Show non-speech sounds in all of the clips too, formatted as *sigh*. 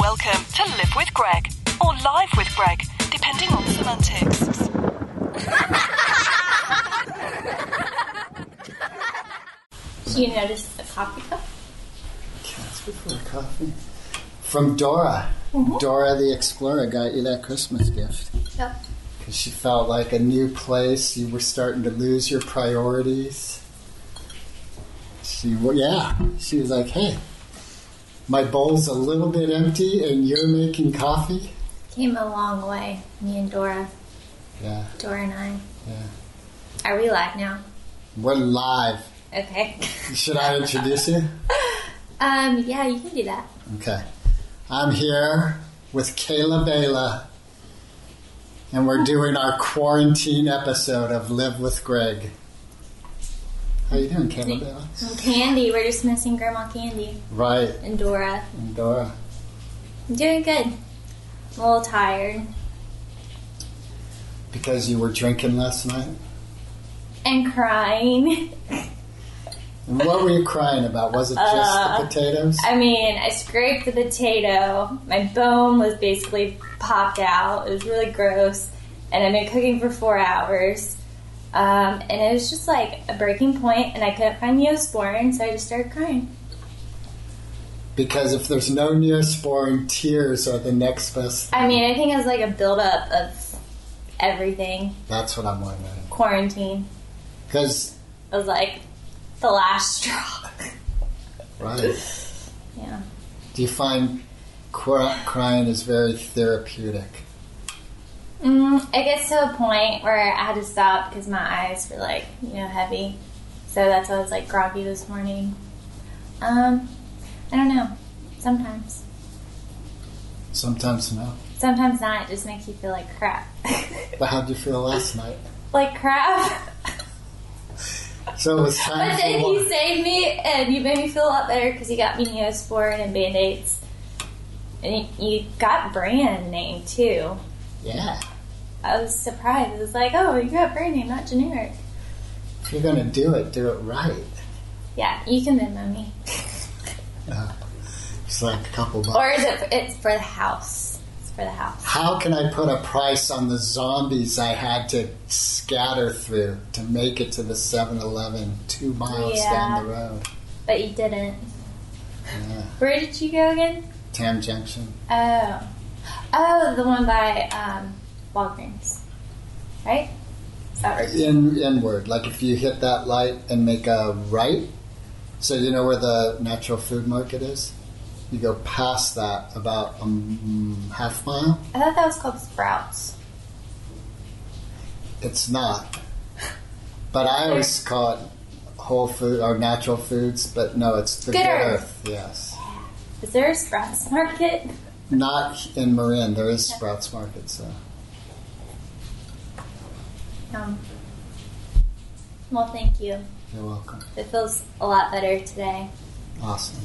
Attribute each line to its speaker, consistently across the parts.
Speaker 1: Welcome to Live with Greg or Live with Greg, depending on the semantics.
Speaker 2: You notice a coffee cup?
Speaker 3: Casper for a coffee. From Dora. Dora the Explorer got you that Christmas gift.
Speaker 2: Yep.
Speaker 3: Because she felt like a new place, you were starting to lose your priorities. She, wa- yeah, she was like, hey, my bowl's a little bit empty and you're making coffee?
Speaker 2: Came a long way, me and Dora.
Speaker 3: Yeah,
Speaker 2: Dora and I.
Speaker 3: yeah.
Speaker 2: Are we live now?
Speaker 3: We're live.
Speaker 2: *laughs* Okay.
Speaker 3: Should I introduce you?
Speaker 2: Um, yeah, you can do that.
Speaker 3: Okay. I'm here with Kayla Bela, and we're doing our quarantine episode of Live with Greg. How you doing, Kayla Bela?
Speaker 2: And Candy, we're just missing Grandma Candy
Speaker 3: Right,
Speaker 2: and Dora.
Speaker 3: and Dora.
Speaker 2: I'm doing good. I'm a little tired.
Speaker 3: Because you were drinking last night?
Speaker 2: And crying. *laughs*
Speaker 3: And what were you crying about? Was it just the
Speaker 2: Uh,
Speaker 3: potatoes?
Speaker 2: I mean, I scraped the potato. My bone was basically popped out. It was really gross. And I've been cooking for four hours. Um, and it was just like a breaking point, and I couldn't find Neosporin, so I just started crying.
Speaker 3: Because if there's no neosporin, tears are the next best.
Speaker 2: I mean, I think it was like a buildup of everything.
Speaker 3: That's what I'm wondering.
Speaker 2: Quarantine
Speaker 3: Because,
Speaker 2: was like the last straw. *laughs*
Speaker 3: right,
Speaker 2: *sighs* yeah.
Speaker 3: do you find qu- crying is very therapeutic?
Speaker 2: Mm, it gets to a point where I had to stop because my eyes were like, you know, heavy. So that's why I was like groggy this morning. Um, I don't know. Sometimes.
Speaker 3: Sometimes no.
Speaker 2: Sometimes not. It just makes you feel like crap. *laughs*
Speaker 3: But how'd you feel last night?
Speaker 2: like crap.
Speaker 3: So it was time
Speaker 2: But
Speaker 3: for
Speaker 2: then
Speaker 3: more.
Speaker 2: you saved me and you made me feel a lot better because you got me Neosporin and Band Aids. And you- you got brand name too.
Speaker 3: Yeah.
Speaker 2: I was surprised. It was like, oh, you got brand name, not generic.
Speaker 3: If you're gonna do it, do it right.
Speaker 2: Yeah, you can Venmo me. *laughs*
Speaker 3: It's like a couple bucks.
Speaker 2: Or is it? It's for the house. It's for the house.
Speaker 3: How can I put a price on the zombies I had to scatter through to make it to the 7-Eleven two miles
Speaker 2: Yeah.
Speaker 3: down the road?
Speaker 2: But you didn't.
Speaker 3: Yeah.
Speaker 2: Where did you go again?
Speaker 3: Tam Junction.
Speaker 2: Oh, oh, the one by um, Walgreens, right? Is that where-
Speaker 3: In inward, like if you hit that light and make a right, so you know where the natural food market is. You go past that about a mm, half mile.
Speaker 2: I thought that was called Sprouts.
Speaker 3: It's not. But I always call it whole food or natural foods, but no, it's the
Speaker 2: Good
Speaker 3: good
Speaker 2: Earth.
Speaker 3: earth. Yes.
Speaker 2: Is there a Sprouts market?
Speaker 3: Not in Marin. There is Sprouts Market, so
Speaker 2: Um, well, thank you.
Speaker 3: you're welcome.
Speaker 2: It feels a lot better today.
Speaker 3: Awesome.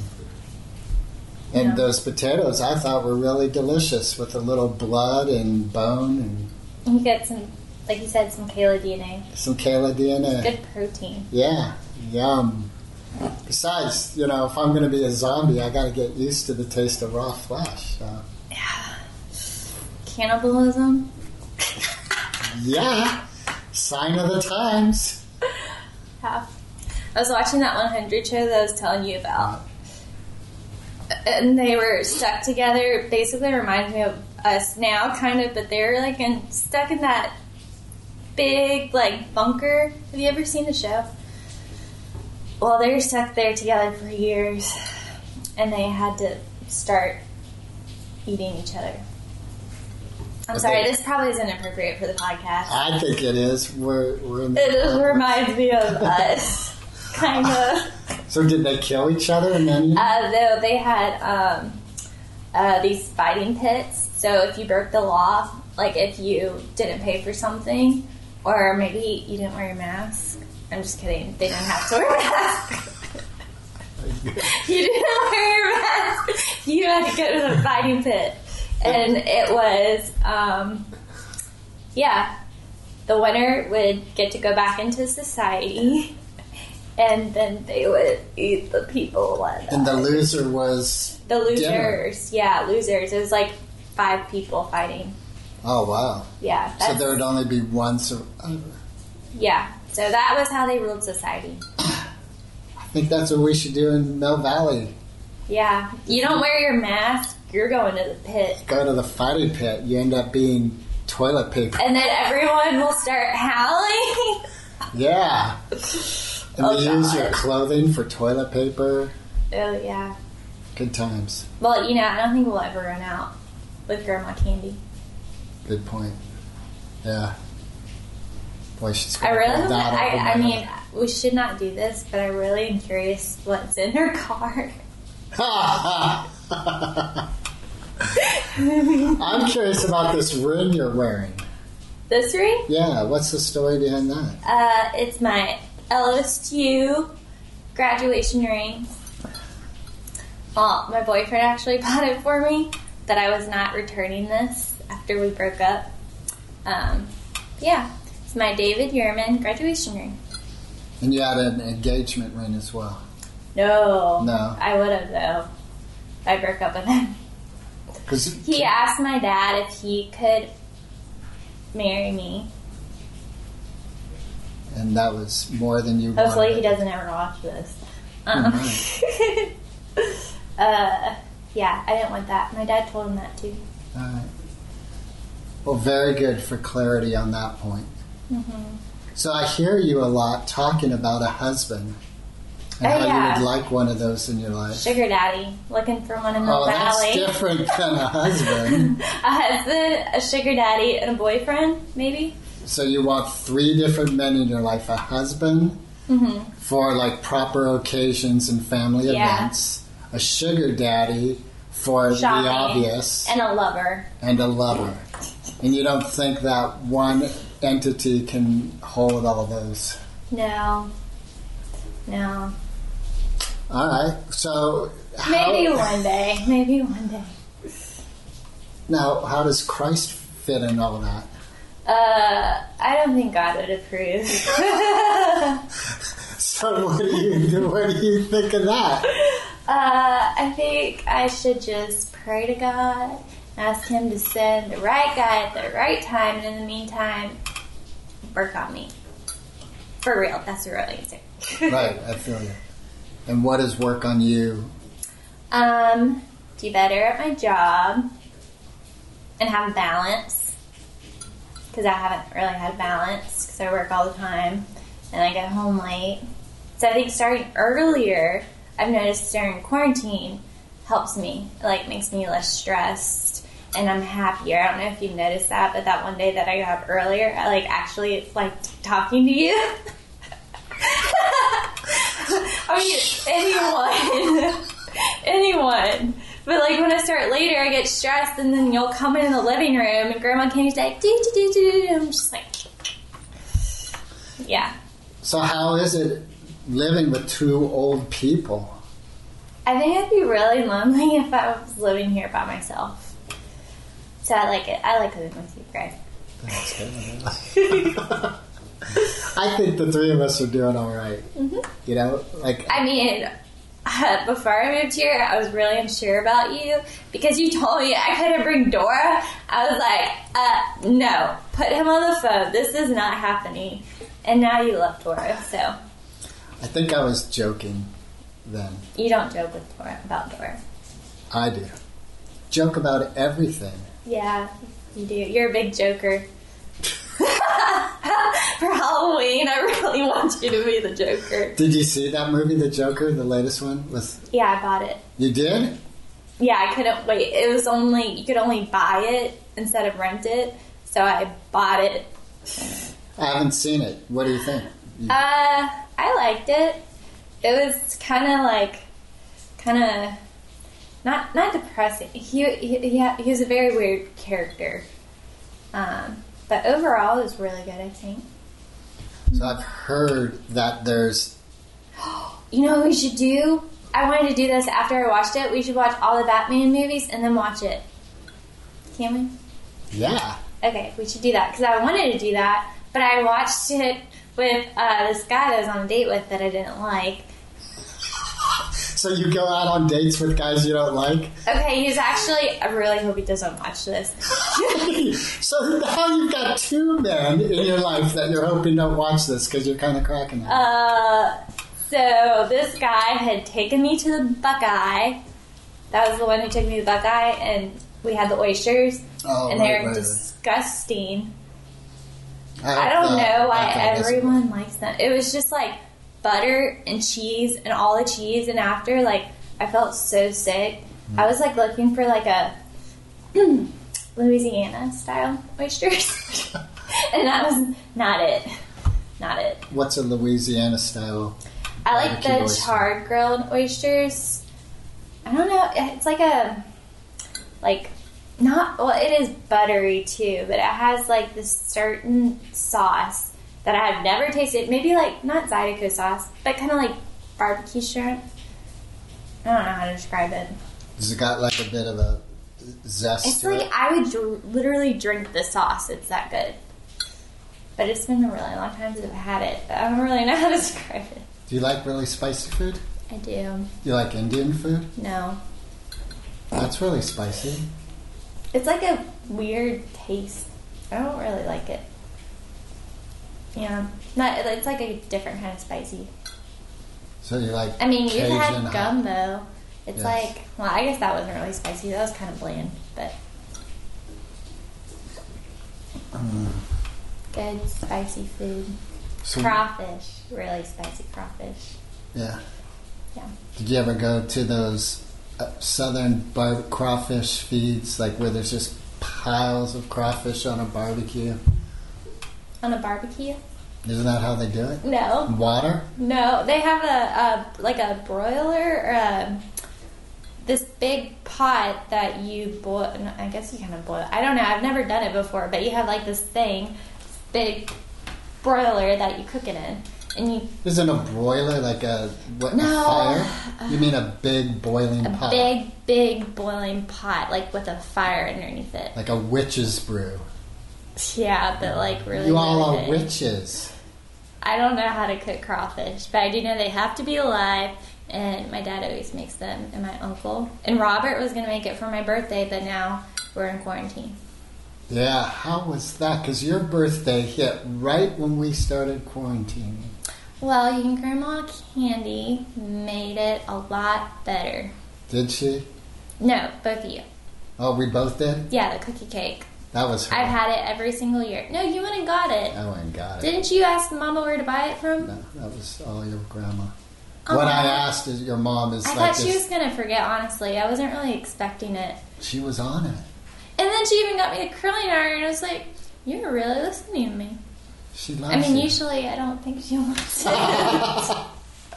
Speaker 3: And
Speaker 2: Yeah.
Speaker 3: those potatoes I thought were really delicious with a little blood and bone and
Speaker 2: You got some, like you said, some Kayla DNA.
Speaker 3: some Kayla DNA.
Speaker 2: Good protein.
Speaker 3: Yeah, yum. Besides, you know, if I'm going to be a zombie, I got to get used to the taste of raw flesh. So.
Speaker 2: Cannibalism.
Speaker 3: Yeah, sign of the times.
Speaker 2: half. I was watching that 100 show that I was telling you about. And they were stuck together. Basically, reminds me of us now, kind of, but they were like in, stuck in that big, like, bunker. Have you ever seen the show? Well, they were stuck there together for years, and they had to start eating each other. I'm
Speaker 3: But
Speaker 2: sorry,
Speaker 3: they-
Speaker 2: this probably isn't appropriate for the podcast.
Speaker 3: I think it is. We're, we're in the
Speaker 2: It just reminds me of us, kind of.
Speaker 3: So did they kill each other and then?
Speaker 2: Uh, though they had um, uh, these fighting pits, so if you broke the law, like if you didn't pay for something, or maybe you didn't wear your mask. I'm just kidding. They didn't have to wear a mask. *laughs* you didn't wear your mask. You had to go to the fighting pit, and it was, um, yeah. The winner would get to go back into society and then they would eat the people.
Speaker 3: And the loser was,
Speaker 2: the
Speaker 3: dinner.
Speaker 2: losers, yeah, losers. It was like five people fighting.
Speaker 3: oh wow.
Speaker 2: Yeah,
Speaker 3: So
Speaker 2: that's-
Speaker 3: there would only be one survivor.
Speaker 2: yeah. So that was how they ruled society.
Speaker 3: I think that's what we should do in Mill Valley.
Speaker 2: Yeah, you don't wear your mask, you're going to the pit.
Speaker 3: Go to the fighting pit. You end up being toilet paper.
Speaker 2: and then everyone will start howling. *laughs*
Speaker 3: Yeah. And
Speaker 2: Oh,
Speaker 3: we use
Speaker 2: God.
Speaker 3: your clothing for toilet paper.
Speaker 2: oh yeah.
Speaker 3: Good times.
Speaker 2: Well, you know, I don't think we'll ever run out with grandma candy.
Speaker 3: Good point. Yeah. Boy, she's
Speaker 2: I
Speaker 3: gonna
Speaker 2: really,
Speaker 3: hold that
Speaker 2: I,
Speaker 3: all
Speaker 2: I
Speaker 3: night.
Speaker 2: mean, we should not do this, but I really am curious what's in her *laughs* car.
Speaker 3: *laughs* I'm curious about this ring you're wearing.
Speaker 2: This ring,
Speaker 3: Yeah, what's the story behind that?
Speaker 2: uh, it's my LSU graduation ring. Uh, my boyfriend actually *laughs* bought it for me, but I was not returning this after we broke up. Um, yeah, it's my David Yerman graduation ring.
Speaker 3: And you had an engagement ring as well.
Speaker 2: No.
Speaker 3: No.
Speaker 2: I would have though. I broke up with him.
Speaker 3: Because
Speaker 2: He asked my dad if he could marry me.
Speaker 3: and that was more than you.
Speaker 2: Hopefully
Speaker 3: wanted.
Speaker 2: he doesn't ever watch this. Um, *laughs* uh, yeah, I didn't want that. My dad told him that too.
Speaker 3: All right. Well, very good for clarity on that point. So I hear you a lot talking about a husband and
Speaker 2: Oh,
Speaker 3: how
Speaker 2: yeah.
Speaker 3: you would like one of those in your life.
Speaker 2: Sugar daddy, looking for one in the
Speaker 3: oh, that's
Speaker 2: valley.
Speaker 3: different than a
Speaker 2: *laughs*
Speaker 3: husband.
Speaker 2: a husband, a sugar daddy, and a boyfriend, maybe?
Speaker 3: so you want three different men in your life: a husband for like proper occasions and family
Speaker 2: Mm-hmm. Yeah.
Speaker 3: events, a sugar daddy for
Speaker 2: Shopping.
Speaker 3: the obvious,
Speaker 2: And a lover.
Speaker 3: and a lover. And you don't think that one entity can hold all those.
Speaker 2: No. No.
Speaker 3: All right. So how-
Speaker 2: Maybe one day. Maybe one day.
Speaker 3: now, how does Christ fit in all that? *laughs*
Speaker 2: Uh, I don't think God would approve.
Speaker 3: *laughs*
Speaker 2: *laughs* uh,
Speaker 3: So what do you what do you think of
Speaker 2: *laughs*
Speaker 3: that?
Speaker 2: Uh, I think I should just pray to God, and ask Him to send the right guy at the right time, and in the meantime, work on me. For real, that's the real answer.
Speaker 3: Right, I feel you. And what is work on you?
Speaker 2: Um, do better at my job, and have a balance. Because I haven't really had a balance, because I work all the time, and I get home late. So I think starting earlier, I've noticed during quarantine helps me. It, like makes me less stressed and I'm happier. I don't know if you've noticed that, but that one day that I got up earlier, I like actually liked talking to you. *laughs* I mean anyone. anyone. But like when I start later I get stressed and then you'll come in the living room and grandma Kenny's like do do do do I'm just like Yeah.
Speaker 3: So how is it living with two old people?
Speaker 2: I think I'd be really lonely if I was living here by myself. So I like it. I like living with you, Greg.
Speaker 3: That's good. I think the three of us are doing all right. You know, like
Speaker 2: I mean, *laughs* uh, before I moved here, I was really unsure about you because you told me I couldn't bring Dora. I was like, uh, no, put him on the phone. This is not happening. And now you love Dora, so
Speaker 3: I think I was joking then.
Speaker 2: you don't joke with Dora about Dora.
Speaker 3: I do. Joke about everything.
Speaker 2: Yeah, you do. You're a big joker. *laughs* For Halloween, I really want you to be the Joker.
Speaker 3: Did you see that movie, The Joker, the latest one? With
Speaker 2: Yeah, I bought it.
Speaker 3: you did?
Speaker 2: Yeah, I couldn't wait. It was only you could only buy it instead of rent it, so I bought it.
Speaker 3: I haven't seen it. What do you think? You-
Speaker 2: Uh, I liked it. It was kind of like, kind of not not depressing. He he he, he was a very weird character. Um, but overall, it was really good. I think.
Speaker 3: So I've heard that there's
Speaker 2: You know what we should do? I wanted to do this after I watched it. We should watch all the Batman movies and then watch it. Can we?
Speaker 3: yeah.
Speaker 2: Okay, we should do that because I wanted to do that, but I watched it with uh, this guy that I was on a date with that I didn't like.
Speaker 3: So you go out on dates with guys you don't like.
Speaker 2: Okay, he's actually. I really hope he doesn't watch this.
Speaker 3: *laughs* so now you've got two men in your life that you're hoping don't watch this because you're kind of cracking up.
Speaker 2: Uh, so this guy had taken me to the Buckeye. That was the one who took me to the Buckeye, and we had the oysters,
Speaker 3: oh,
Speaker 2: and
Speaker 3: right,
Speaker 2: they're
Speaker 3: right, right.
Speaker 2: disgusting.
Speaker 3: I,
Speaker 2: I don't
Speaker 3: uh,
Speaker 2: know why
Speaker 3: okay, that's-
Speaker 2: everyone likes them. It was just like butter and cheese and all the cheese, and after like I felt so sick. I was like looking for like a *clears throat* Louisiana style oysters, *laughs* and that was not it. Not it.
Speaker 3: What's a Louisiana style?
Speaker 2: I like
Speaker 3: Barbecue
Speaker 2: the
Speaker 3: oyster.
Speaker 2: charred grilled oysters. I don't know. It's like a like not well. It is buttery too, but it has like this certain sauce that I have never tasted. Maybe like not Zydeco sauce, but kind of like barbecue shrimp. I don't know how to describe it.
Speaker 3: Has it got like a bit of a zest
Speaker 2: It's
Speaker 3: to
Speaker 2: like
Speaker 3: it?
Speaker 2: I would dr- literally drink the sauce. It's that good. But it's been a really long time since I've had it. But I don't really know how to *laughs* describe it.
Speaker 3: Do you like really spicy food?
Speaker 2: I do.
Speaker 3: You like Indian food?
Speaker 2: No.
Speaker 3: That's really spicy.
Speaker 2: It's like a weird taste. I don't really like it. Yeah, not. It's like a different kind of spicy.
Speaker 3: So you like?
Speaker 2: I mean, you've
Speaker 3: Cajun
Speaker 2: had
Speaker 3: hot-
Speaker 2: gumbo. It's
Speaker 3: Yes.
Speaker 2: like, well, I guess that wasn't really spicy. That was kind of bland, but good spicy food.
Speaker 3: Mm. so-
Speaker 2: Crawfish, really spicy crawfish.
Speaker 3: Yeah.
Speaker 2: Yeah.
Speaker 3: Did you ever go to those uh, southern bar- crawfish feeds, like where there's just piles of crawfish on a barbecue?
Speaker 2: On a barbecue?
Speaker 3: Isn't that how they do it?
Speaker 2: No,
Speaker 3: Water?
Speaker 2: no. They have a, a like a broiler or a, this big pot that you boil. no, I guess you kind of boil. I don't know. I've never done it before, but you have like this thing, this big broiler that you cook it in, and you
Speaker 3: Isn't a broiler like a what?
Speaker 2: No.
Speaker 3: A fire? You mean a big boiling
Speaker 2: a
Speaker 3: pot?
Speaker 2: big, big boiling pot like with a fire underneath it.
Speaker 3: like a witch's brew.
Speaker 2: Yeah, but like really.
Speaker 3: you all
Speaker 2: really
Speaker 3: are
Speaker 2: big.
Speaker 3: witches.
Speaker 2: I don't know how to cook crawfish, but I do know they have to be alive. And my dad always makes them, and my uncle. And Robert was gonna make it for my birthday, but now we're in quarantine.
Speaker 3: Yeah. How was that? Because your birthday hit right when we started quarantining.
Speaker 2: Well, your grandma Candy made it a lot better.
Speaker 3: Did she?
Speaker 2: No, both of you.
Speaker 3: Oh, we both did.
Speaker 2: Yeah, the cookie cake.
Speaker 3: That was. Her.
Speaker 2: I've had it every single year. No, you went and got it.
Speaker 3: Oh, and got it.
Speaker 2: Didn't you ask Mama where to buy it from?
Speaker 3: No, that was all your grandma. What I
Speaker 2: Aw.
Speaker 3: asked is your mom is
Speaker 2: I
Speaker 3: like
Speaker 2: thought
Speaker 3: this.
Speaker 2: she was gonna forget. Honestly, I wasn't really expecting it.
Speaker 3: she was on it.
Speaker 2: And then she even got me the curling iron, and I was like, "You're really listening to me."
Speaker 3: She loves
Speaker 2: I mean,
Speaker 3: you.
Speaker 2: usually I don't think she wants
Speaker 3: Oh.
Speaker 2: it.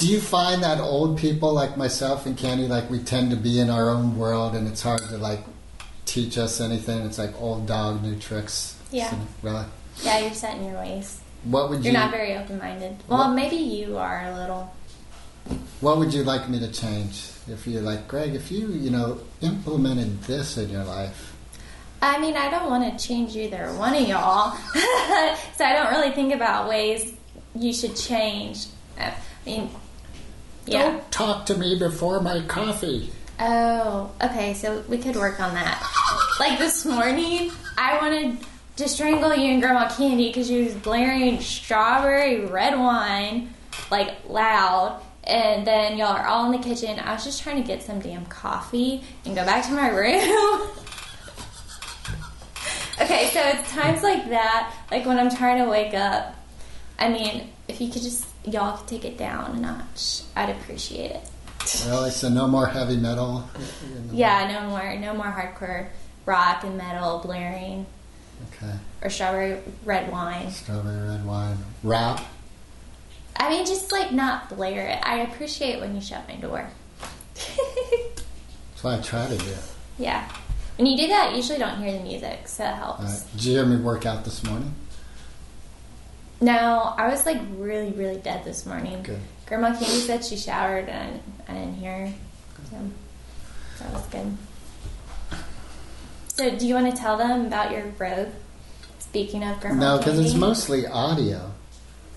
Speaker 3: Do you find that old people like myself and Candy, like we tend to be in our own world and it's hard to like teach us anything? It's like old dog, new tricks.
Speaker 2: Yeah.
Speaker 3: So, really?
Speaker 2: yeah, you're set in your ways.
Speaker 3: What would
Speaker 2: You're
Speaker 3: you
Speaker 2: not very open-minded. Well,
Speaker 3: What-
Speaker 2: maybe you are a little.
Speaker 3: What would you like me to change? If you're like Greg, if you you know implemented this in your life,
Speaker 2: I mean, I don't want to change either one of y'all, *laughs* so I don't really think about ways you should change. I mean, yeah.
Speaker 3: don't talk to me before my coffee.
Speaker 2: Oh, okay. So we could work on that. Like this morning, I wanted to strangle you and Grandma Candy because you was blaring strawberry red wine, like loud. And then y'all are all in the kitchen. I was just trying to get some damn coffee and go back to my room. *laughs* okay, so it's times like that, like when I'm trying to wake up. I mean, if you could just y'all could take it down a notch, I'd appreciate it.
Speaker 3: Really? So no more heavy metal.
Speaker 2: Yeah, no more, no more hardcore rock and metal blaring
Speaker 3: Okay.
Speaker 2: or strawberry red wine.
Speaker 3: Strawberry red wine. Rap.
Speaker 2: I mean, just like not blare it. I appreciate when you shut my door.
Speaker 3: That's what I try to do.
Speaker 2: *laughs* yeah, when you do that, I usually don't hear the music, so it helps.
Speaker 3: All right. Did you hear me work out this morning?
Speaker 2: No, I was like really, really dead this morning.
Speaker 3: Good.
Speaker 2: Grandma Candy said she showered, and I didn't hear. Her, so that was good. So, do you want to tell them about your robe? Speaking of grandma.
Speaker 3: No, because it's
Speaker 2: painting.
Speaker 3: mostly audio.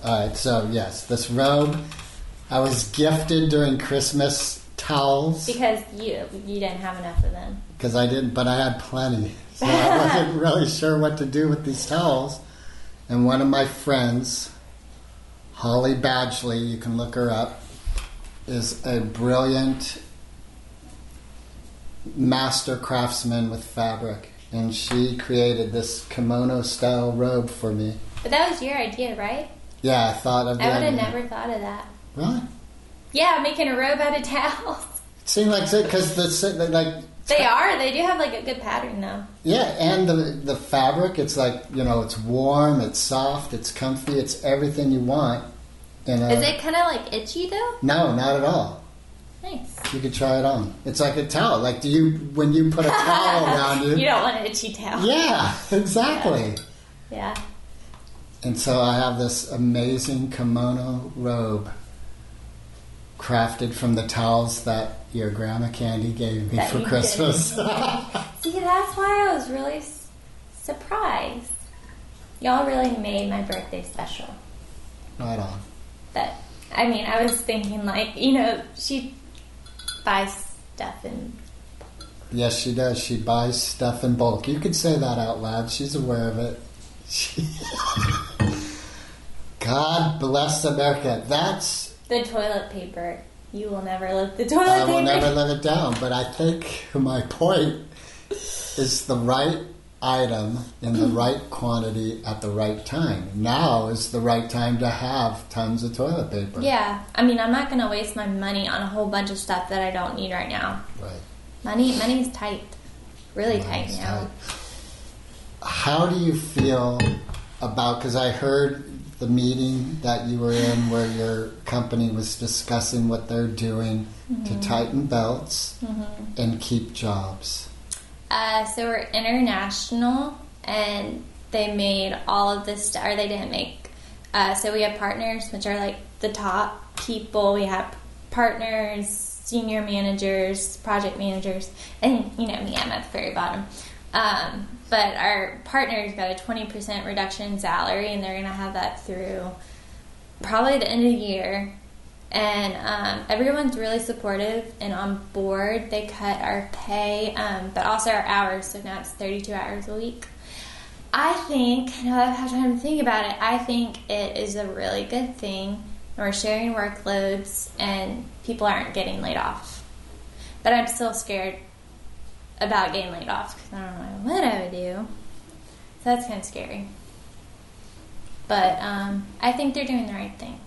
Speaker 3: All right, so yes, this robe I was gifted during Christmas towels
Speaker 2: Because you you didn't have enough of them.
Speaker 3: because I didn't, but I had plenty, *laughs* so I
Speaker 2: *laughs*
Speaker 3: wasn't really sure what to do with these towels. And one of my friends, Holly Badgley, you can look her up, is a brilliant master craftsman with fabric, and she created this kimono style robe for me.
Speaker 2: But that was your idea, right?
Speaker 3: Yeah, I thought of
Speaker 2: I would have
Speaker 3: that.
Speaker 2: never thought of that.
Speaker 3: Really?
Speaker 2: Yeah, making a robe out of towels. *laughs*
Speaker 3: It seemed like it because the like *laughs*
Speaker 2: They are. They do have like a good pattern though.
Speaker 3: yeah, and the the fabric. It's like you know, it's warm, it's soft, it's comfy, it's everything you want. And uh,
Speaker 2: Is it kind of like itchy though?
Speaker 3: No, not at all.
Speaker 2: Nice.
Speaker 3: You could try it on. It's like a towel. Like do you when you put
Speaker 2: *laughs*
Speaker 3: a towel around you.
Speaker 2: You don't want an itchy towel.
Speaker 3: Yeah, *laughs* exactly.
Speaker 2: Yeah.
Speaker 3: And so I have this amazing kimono robe crafted from the towels that your grandma Candy gave me
Speaker 2: That
Speaker 3: for
Speaker 2: you did.
Speaker 3: Christmas.
Speaker 2: See, that's why I was really s- surprised. Y'all really made my birthday special.
Speaker 3: *laughs* right on.
Speaker 2: But I mean, I was thinking like, you know, she buys stuff and
Speaker 3: Yes, she does. She buys stuff in bulk. You could say that out loud. She's aware of it. She- *laughs* God bless America. That's
Speaker 2: the toilet paper. You will never live the toilet
Speaker 3: I
Speaker 2: paper.
Speaker 3: will never let it down. But I think my point is the right item in the right quantity at the right time. Now is the right time to have tons of toilet paper.
Speaker 2: Yeah, I mean, I'm not gonna waste my money on a whole bunch of stuff that I don't need right now.
Speaker 3: Right.
Speaker 2: Money, money's tight, really tight
Speaker 3: Nice
Speaker 2: now.
Speaker 3: tight. How do you feel about? Because I heard the meeting that you were in where your company was discussing what they're doing
Speaker 2: Mm-hmm.
Speaker 3: to tighten belts and keep jobs.
Speaker 2: Uh, so we're international, and they made all of this stuff, or they didn't make. Uh, so we have partners, which are like the top people. We have partners, senior managers, project managers, and you know me, I'm at the very bottom. Um, but our partners got a 20% reduction in salary, and they're going to have that through probably the end of the year. And um, everyone's really supportive and on board. They cut our pay, um, but also our hours. So now it's 32 hours a week. I think, now that I've had time to think about it, I think it is a really good thing. We're sharing workloads and people aren't getting laid off. But I'm still scared about getting laid off because I don't know what I would do. So that's kind of scary. But um, I think they're doing the right thing.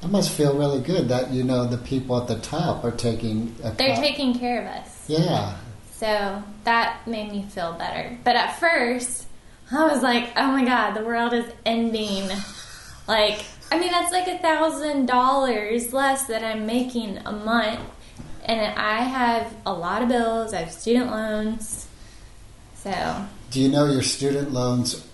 Speaker 3: That must feel really good that you know the people at the top are taking. A
Speaker 2: They're
Speaker 3: cut.
Speaker 2: taking care of us.
Speaker 3: Yeah.
Speaker 2: So that made me feel better. But at first, I was like, oh my God, the world is ending. Like, I mean, that's like a thousand dollars less that I'm making a month. And I have a lot of bills, I have student loans. So,
Speaker 3: Do you know your student loans?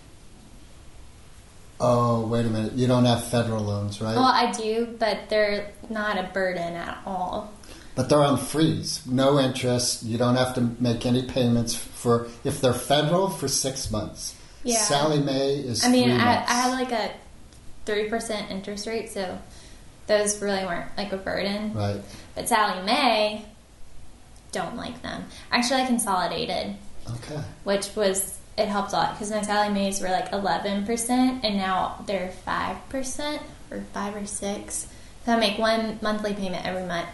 Speaker 3: Oh wait a minute! You don't have federal loans, right?
Speaker 2: well, I do, but they're not a burden at all.
Speaker 3: But they're on freeze, no interest. You don't have to make any payments for if they're federal for six months.
Speaker 2: Yeah.
Speaker 3: Sally Mae is.
Speaker 2: I mean,
Speaker 3: three
Speaker 2: I,
Speaker 3: months.
Speaker 2: I had like a 3% interest rate, so those really weren't like a burden.
Speaker 3: right.
Speaker 2: But Sally May, don't like them. Actually, I consolidated,
Speaker 3: Okay.
Speaker 2: which was it helped a lot because my Sally Mays were like eleven percent, and now they're five percent or five or six. So I make one monthly payment every month.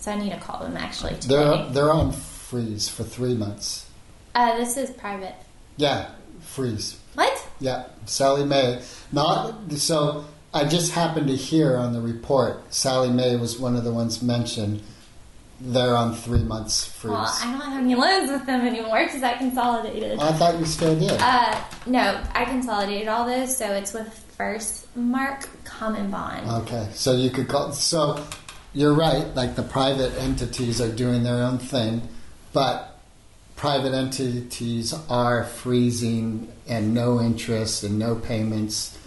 Speaker 2: So I need to call them actually today.
Speaker 3: They're they're on freeze for three months.
Speaker 2: Uh, this is private.
Speaker 3: Yeah, freeze.
Speaker 2: What?
Speaker 3: Yeah, Sally Mae. Not so. I just happened to hear on the report Sally Mae was one of the ones mentioned. They're on three months freeze.
Speaker 2: Well, I don't have any loans with them anymore because I consolidated.
Speaker 3: I thought you still did.
Speaker 2: Uh, no, I consolidated all those, so it's with First Mark Common Bond.
Speaker 3: Okay, so you could call. So you're right. Like the private entities are doing their own thing, but private entities are freezing and no interest and no payments.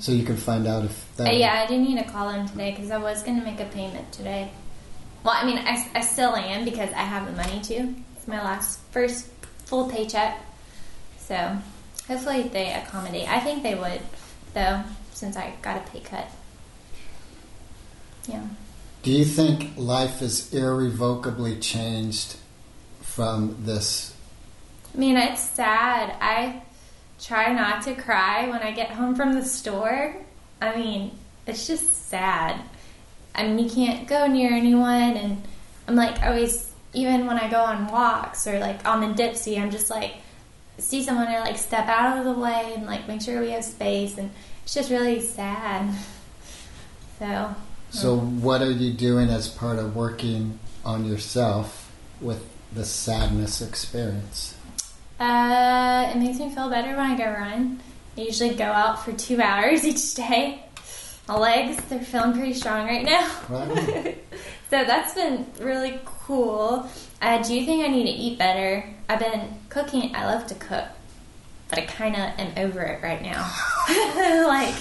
Speaker 3: So you can find out if
Speaker 2: Mm-hmm. Uh,
Speaker 3: that.
Speaker 2: yeah, I do need to call them today because I was going to make a payment today. Well, I mean, I, I still am because I have the money to. It's my last, first full paycheck. So Hopefully they accommodate. I think they would, though, since I got a pay cut. Yeah.
Speaker 3: Do you think life is irrevocably changed from this?
Speaker 2: I mean, it's sad. I try not to cry when I get home from the store. I mean, it's just sad. I mean, you can't go near anyone, and I'm like always, even when I go on walks or like on the dipsy, I'm just like, see someone and like step out of the way and like make sure we have space, and it's just really sad. *laughs* So,
Speaker 3: So,
Speaker 2: Mm.
Speaker 3: what are you doing as part of working on yourself with the sadness experience?
Speaker 2: uh, it makes me feel better when I go run. I usually go out for two hours *laughs* each day. My legs, they're feeling pretty strong right now.
Speaker 3: Right?
Speaker 2: *laughs* So that's been really cool. I do think I need to eat better. I've been cooking. I love to cook, but I kind of am over it right now. *laughs* like,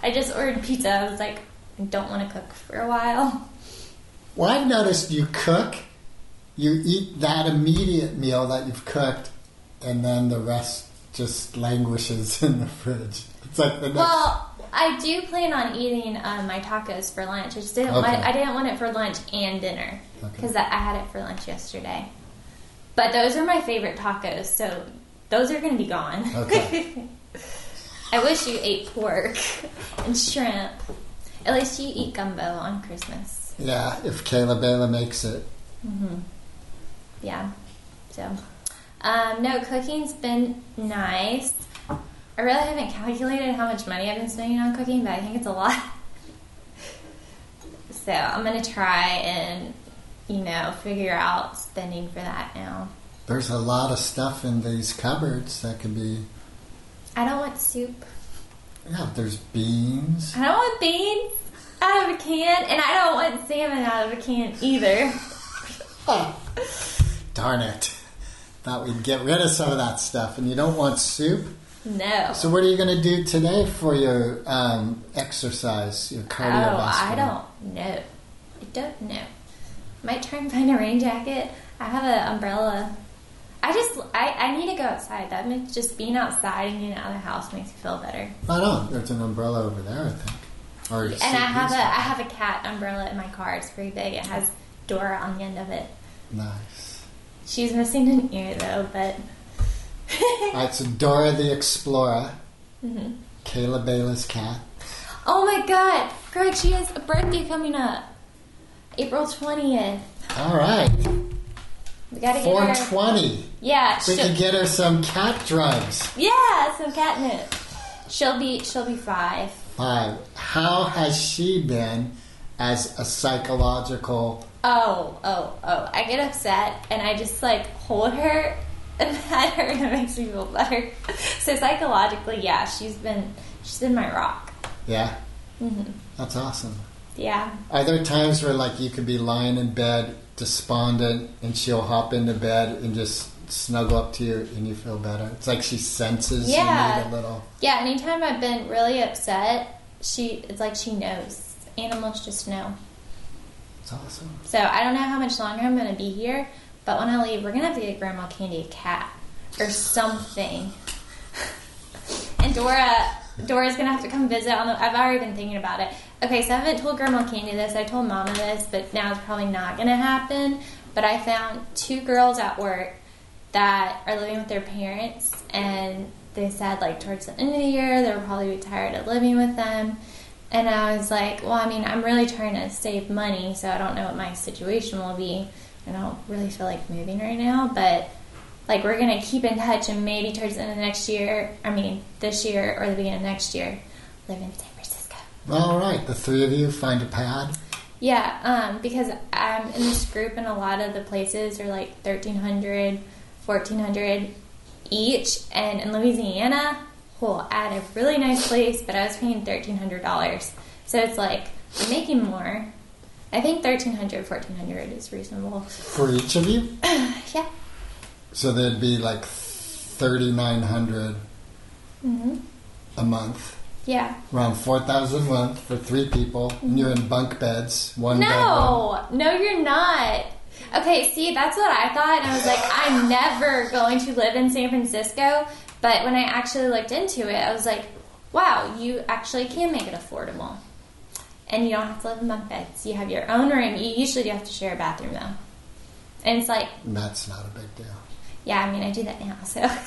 Speaker 2: I just ordered pizza. I was like, I don't want to cook for a while.
Speaker 3: Well, I've noticed you cook, you eat that immediate meal that you've cooked, and then the rest just languishes *laughs* in the fridge. It's like the next.
Speaker 2: Well, I do plan on eating um, my tacos for lunch. I just didn't.
Speaker 3: Okay.
Speaker 2: Want, I didn't want it for lunch and dinner
Speaker 3: Okay.
Speaker 2: because I had it for lunch yesterday. But those are my favorite tacos, so those are going to be gone.
Speaker 3: Okay.
Speaker 2: *laughs* I wish you ate pork *laughs* and shrimp. At least you eat gumbo on Christmas.
Speaker 3: yeah, if Kayla Bela makes it.
Speaker 2: Yeah. So, um, no, cooking's been nice. I really haven't calculated how much money I've been spending on cooking, but I think it's a lot. *laughs* So I'm gonna try and, you know, figure out spending for that now.
Speaker 3: There's a lot of stuff in these cupboards that can be.
Speaker 2: I don't want soup.
Speaker 3: Yeah, there's beans.
Speaker 2: I don't want beans out of a can, and I don't want salmon out of a can either. *laughs*
Speaker 3: Darn it. *laughs* Thought we'd get rid of some of that stuff, and you don't want soup?
Speaker 2: No.
Speaker 3: So, what are you going to do today for your um, exercise, your
Speaker 2: Oh,
Speaker 3: cardiovascular?
Speaker 2: I don't know. I don't know. Might try and find a rain jacket. I have an umbrella. I just I, I need to go outside. That makes just being outside and getting out of the house makes me feel better.
Speaker 3: I don't. There's an umbrella over there, I think. Or
Speaker 2: And I have a I have a cat umbrella in my car. It's pretty big. It has Dora on the end of it.
Speaker 3: Nice.
Speaker 2: She's missing an ear though, but *laughs*
Speaker 3: All right, so Dora the Explorer,
Speaker 2: Mm-hmm.
Speaker 3: Kayla Bayless cat.
Speaker 2: oh my god, Greg, she has a birthday coming up, April twentieth.
Speaker 3: All right,
Speaker 2: We gotta get her.
Speaker 3: 420.
Speaker 2: Yeah,
Speaker 3: We
Speaker 2: she'll-
Speaker 3: can get her some cat drugs.
Speaker 2: Yeah, some catnip. She'll be she'll be five.
Speaker 3: Five. How has she been as a psychological?
Speaker 2: Oh, oh, oh. I get upset and I just like hold her *laughs* and pat her and it makes me feel better. *laughs* So psychologically, yeah, she's been she's been my rock.
Speaker 3: Yeah.
Speaker 2: Mm-hmm.
Speaker 3: That's awesome.
Speaker 2: Yeah.
Speaker 3: Are there times where like you could be lying in bed despondent and she'll hop into bed and just snuggle up to you and you feel better? It's like she senses you
Speaker 2: Yeah.
Speaker 3: need a little.
Speaker 2: Yeah, anytime I've been really upset, she it's like she knows. Animals just know.
Speaker 3: It's awesome.
Speaker 2: So I don't know how much longer I'm gonna be here, but when I leave, we're gonna have to get Grandma Candy a cat or something. and Dora, Dora's gonna have to come visit. On the, I've already been thinking about it. Okay, so I haven't told Grandma Candy this. I told Mama this, but now it's probably not gonna happen. But I found two girls at work that are living with their parents, and they said like towards the end of the year they were probably tired of living with them. And I was like, well, I mean, I'm really trying to save money, so I don't know what my situation will be. I don't really feel like moving right now, but like we're gonna keep in touch and maybe towards the end of next year, I mean, this year or the beginning of next year, live in San Francisco.
Speaker 3: All right, the three of you find a pad.
Speaker 2: Yeah, um, because I'm in this group, and a lot of the places are like 1,300, 1,400 each. And in Louisiana, cool, I had a really nice place, but I was paying $1,300. So it's like, I'm making more. I think 1300 1400 is reasonable. *laughs*
Speaker 3: for each of you.
Speaker 2: Yeah.
Speaker 3: So there'd be like thirty nine
Speaker 2: Mm-hmm.
Speaker 3: a month,
Speaker 2: Yeah.
Speaker 3: around four thousand a month for three people, and you're in bunk beds, one bedroom.
Speaker 2: No, no, you're not. Okay, see, that's what I thought, and I was like, I'm never going to live in San Francisco But when I actually looked into it, I was like, wow, you actually can make it affordable. And you don't have to live in bunk beds. You have your own room. You usually do have to share a bathroom, though. And it's like,
Speaker 3: And that's not a big deal.
Speaker 2: yeah, I mean, I do that now, so. *laughs*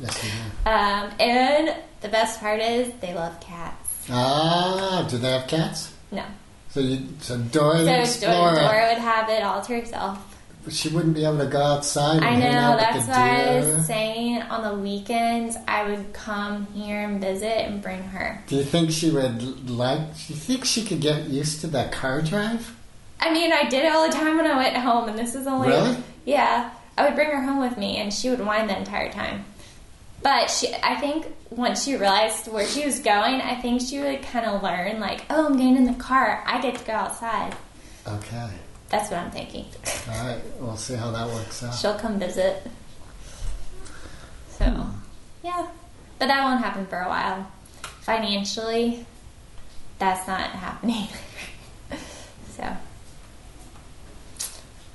Speaker 3: Yes, you do.
Speaker 2: um, and the best part is they love cats.
Speaker 3: Ah, do they have cats?
Speaker 2: No.
Speaker 3: So you, so Dora the
Speaker 2: So Dora,
Speaker 3: Explorer,
Speaker 2: Dora would have it all to herself.
Speaker 3: she wouldn't be able to go outside. And
Speaker 2: *laughs* I
Speaker 3: hang
Speaker 2: know.
Speaker 3: out
Speaker 2: That's
Speaker 3: with the
Speaker 2: why I
Speaker 3: deer.
Speaker 2: was saying on the weekends I would come here and visit and bring her.
Speaker 3: Do you think she would l- like? Do you think she could get used to that car drive?
Speaker 2: I mean, I did it all the time when I went home, and this is only
Speaker 3: Really?
Speaker 2: yeah. I would bring her home with me, and she would whine the entire time. But she, I think once she realized where she was going, I think she would kind of learn, like, oh, I'm getting in the car. I get to go outside.
Speaker 3: Okay,
Speaker 2: That's what I'm thinking. *laughs*
Speaker 3: all right. We'll see how that works out.
Speaker 2: She'll come visit. So, yeah. But that won't happen for a while. Financially, that's not happening. *laughs* so.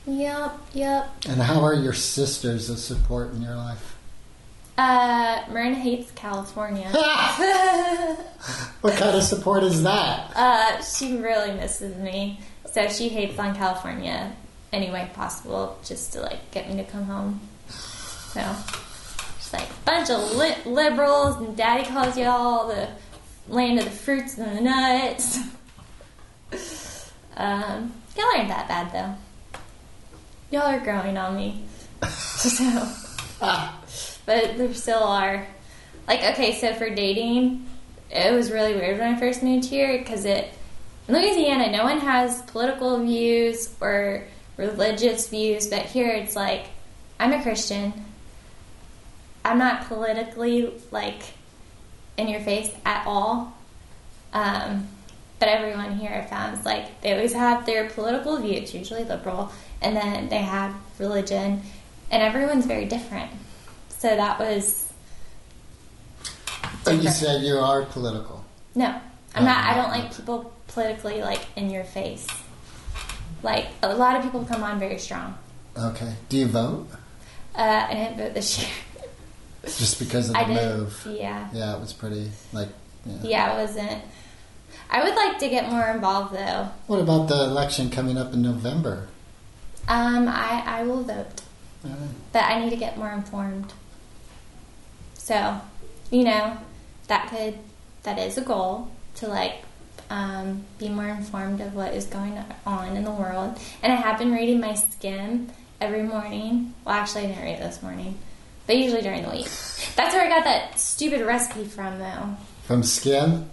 Speaker 2: Yep, yep.
Speaker 3: And how are your sisters a support in your life? *laughs*
Speaker 2: Uh, Marin hates California.
Speaker 3: What kind of support is that?
Speaker 2: uh, she really misses me. So she hates on California any way possible just to like get me to come home. So she's like, bunch of li- liberals, and daddy calls y'all the land of the fruits and the nuts. *laughs* Um, y'all aren't that bad though. Y'all are growing on me. *laughs* So, but there still are. Like, okay, so for dating, it was really weird when I first moved here because it in Louisiana, no one has political views or religious views, but here it's like I'm a Christian. I'm not politically like in your face at all. Um, but everyone here I found is like they always have their political views, usually liberal, and then they have religion, and everyone's very different. So that was
Speaker 3: But you said you are political.
Speaker 2: no, I'm not. I
Speaker 3: Um,
Speaker 2: don't like people politically like in your face. Like a lot of people come on very strong.
Speaker 3: Okay. Do you vote?
Speaker 2: Uh, I didn't vote this year.
Speaker 3: Just because of the
Speaker 2: I didn't.
Speaker 3: move?
Speaker 2: Yeah,
Speaker 3: Yeah, it was pretty. Like, yeah.
Speaker 2: yeah, I wasn't. I would like to get more involved though.
Speaker 3: What about the election coming up in November?
Speaker 2: Um, I I will vote,
Speaker 3: All right.
Speaker 2: but I need to get more informed. So, you know, that could that is a goal to like um, be more informed of what is going on in the world. And I have been reading my skim every morning. Well, actually, I didn't read it this morning, but usually during the week. That's where I got that stupid recipe from, though.
Speaker 3: From Skin?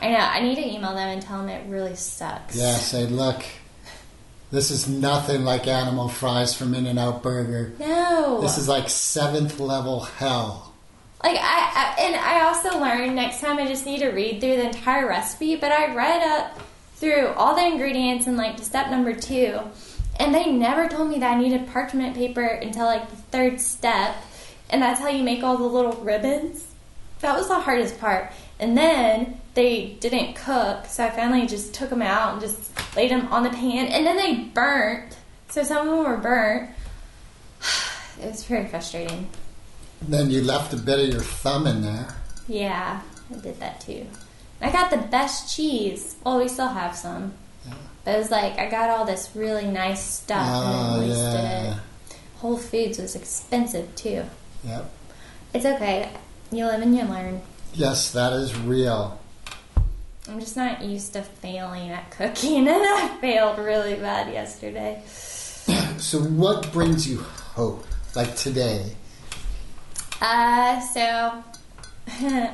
Speaker 2: I know. I need to email them and tell them it really sucks.
Speaker 3: Yeah, say, look, this is nothing like animal fries from In N Out Burger.
Speaker 2: No.
Speaker 3: This is like seventh level hell.
Speaker 2: Like I, I and I also learned next time I just need to read through the entire recipe, but I read up through all the ingredients and like to step number two, and they never told me that I needed parchment paper until like the third step, and that's how you make all the little ribbons. That was the hardest part, and then they didn't cook, so I finally just took them out and just laid them on the pan, and then they burnt, so some of them were burnt. *sighs* It was very frustrating.
Speaker 3: Then you left a bit of your thumb in there.
Speaker 2: Yeah, I did that too. I got the best cheese. Well, we still have some. But it was like, I got all this really nice stuff
Speaker 3: Oh,
Speaker 2: Ah, and I wasted
Speaker 3: yeah.
Speaker 2: it. Whole Foods was expensive too.
Speaker 3: Yep.
Speaker 2: It's okay. You live and you learn.
Speaker 3: Yes, that is real.
Speaker 2: I'm just not used to failing at cooking, *laughs* and I failed really bad yesterday.
Speaker 3: So, what brings you hope? Like today?
Speaker 2: Uh, so *laughs*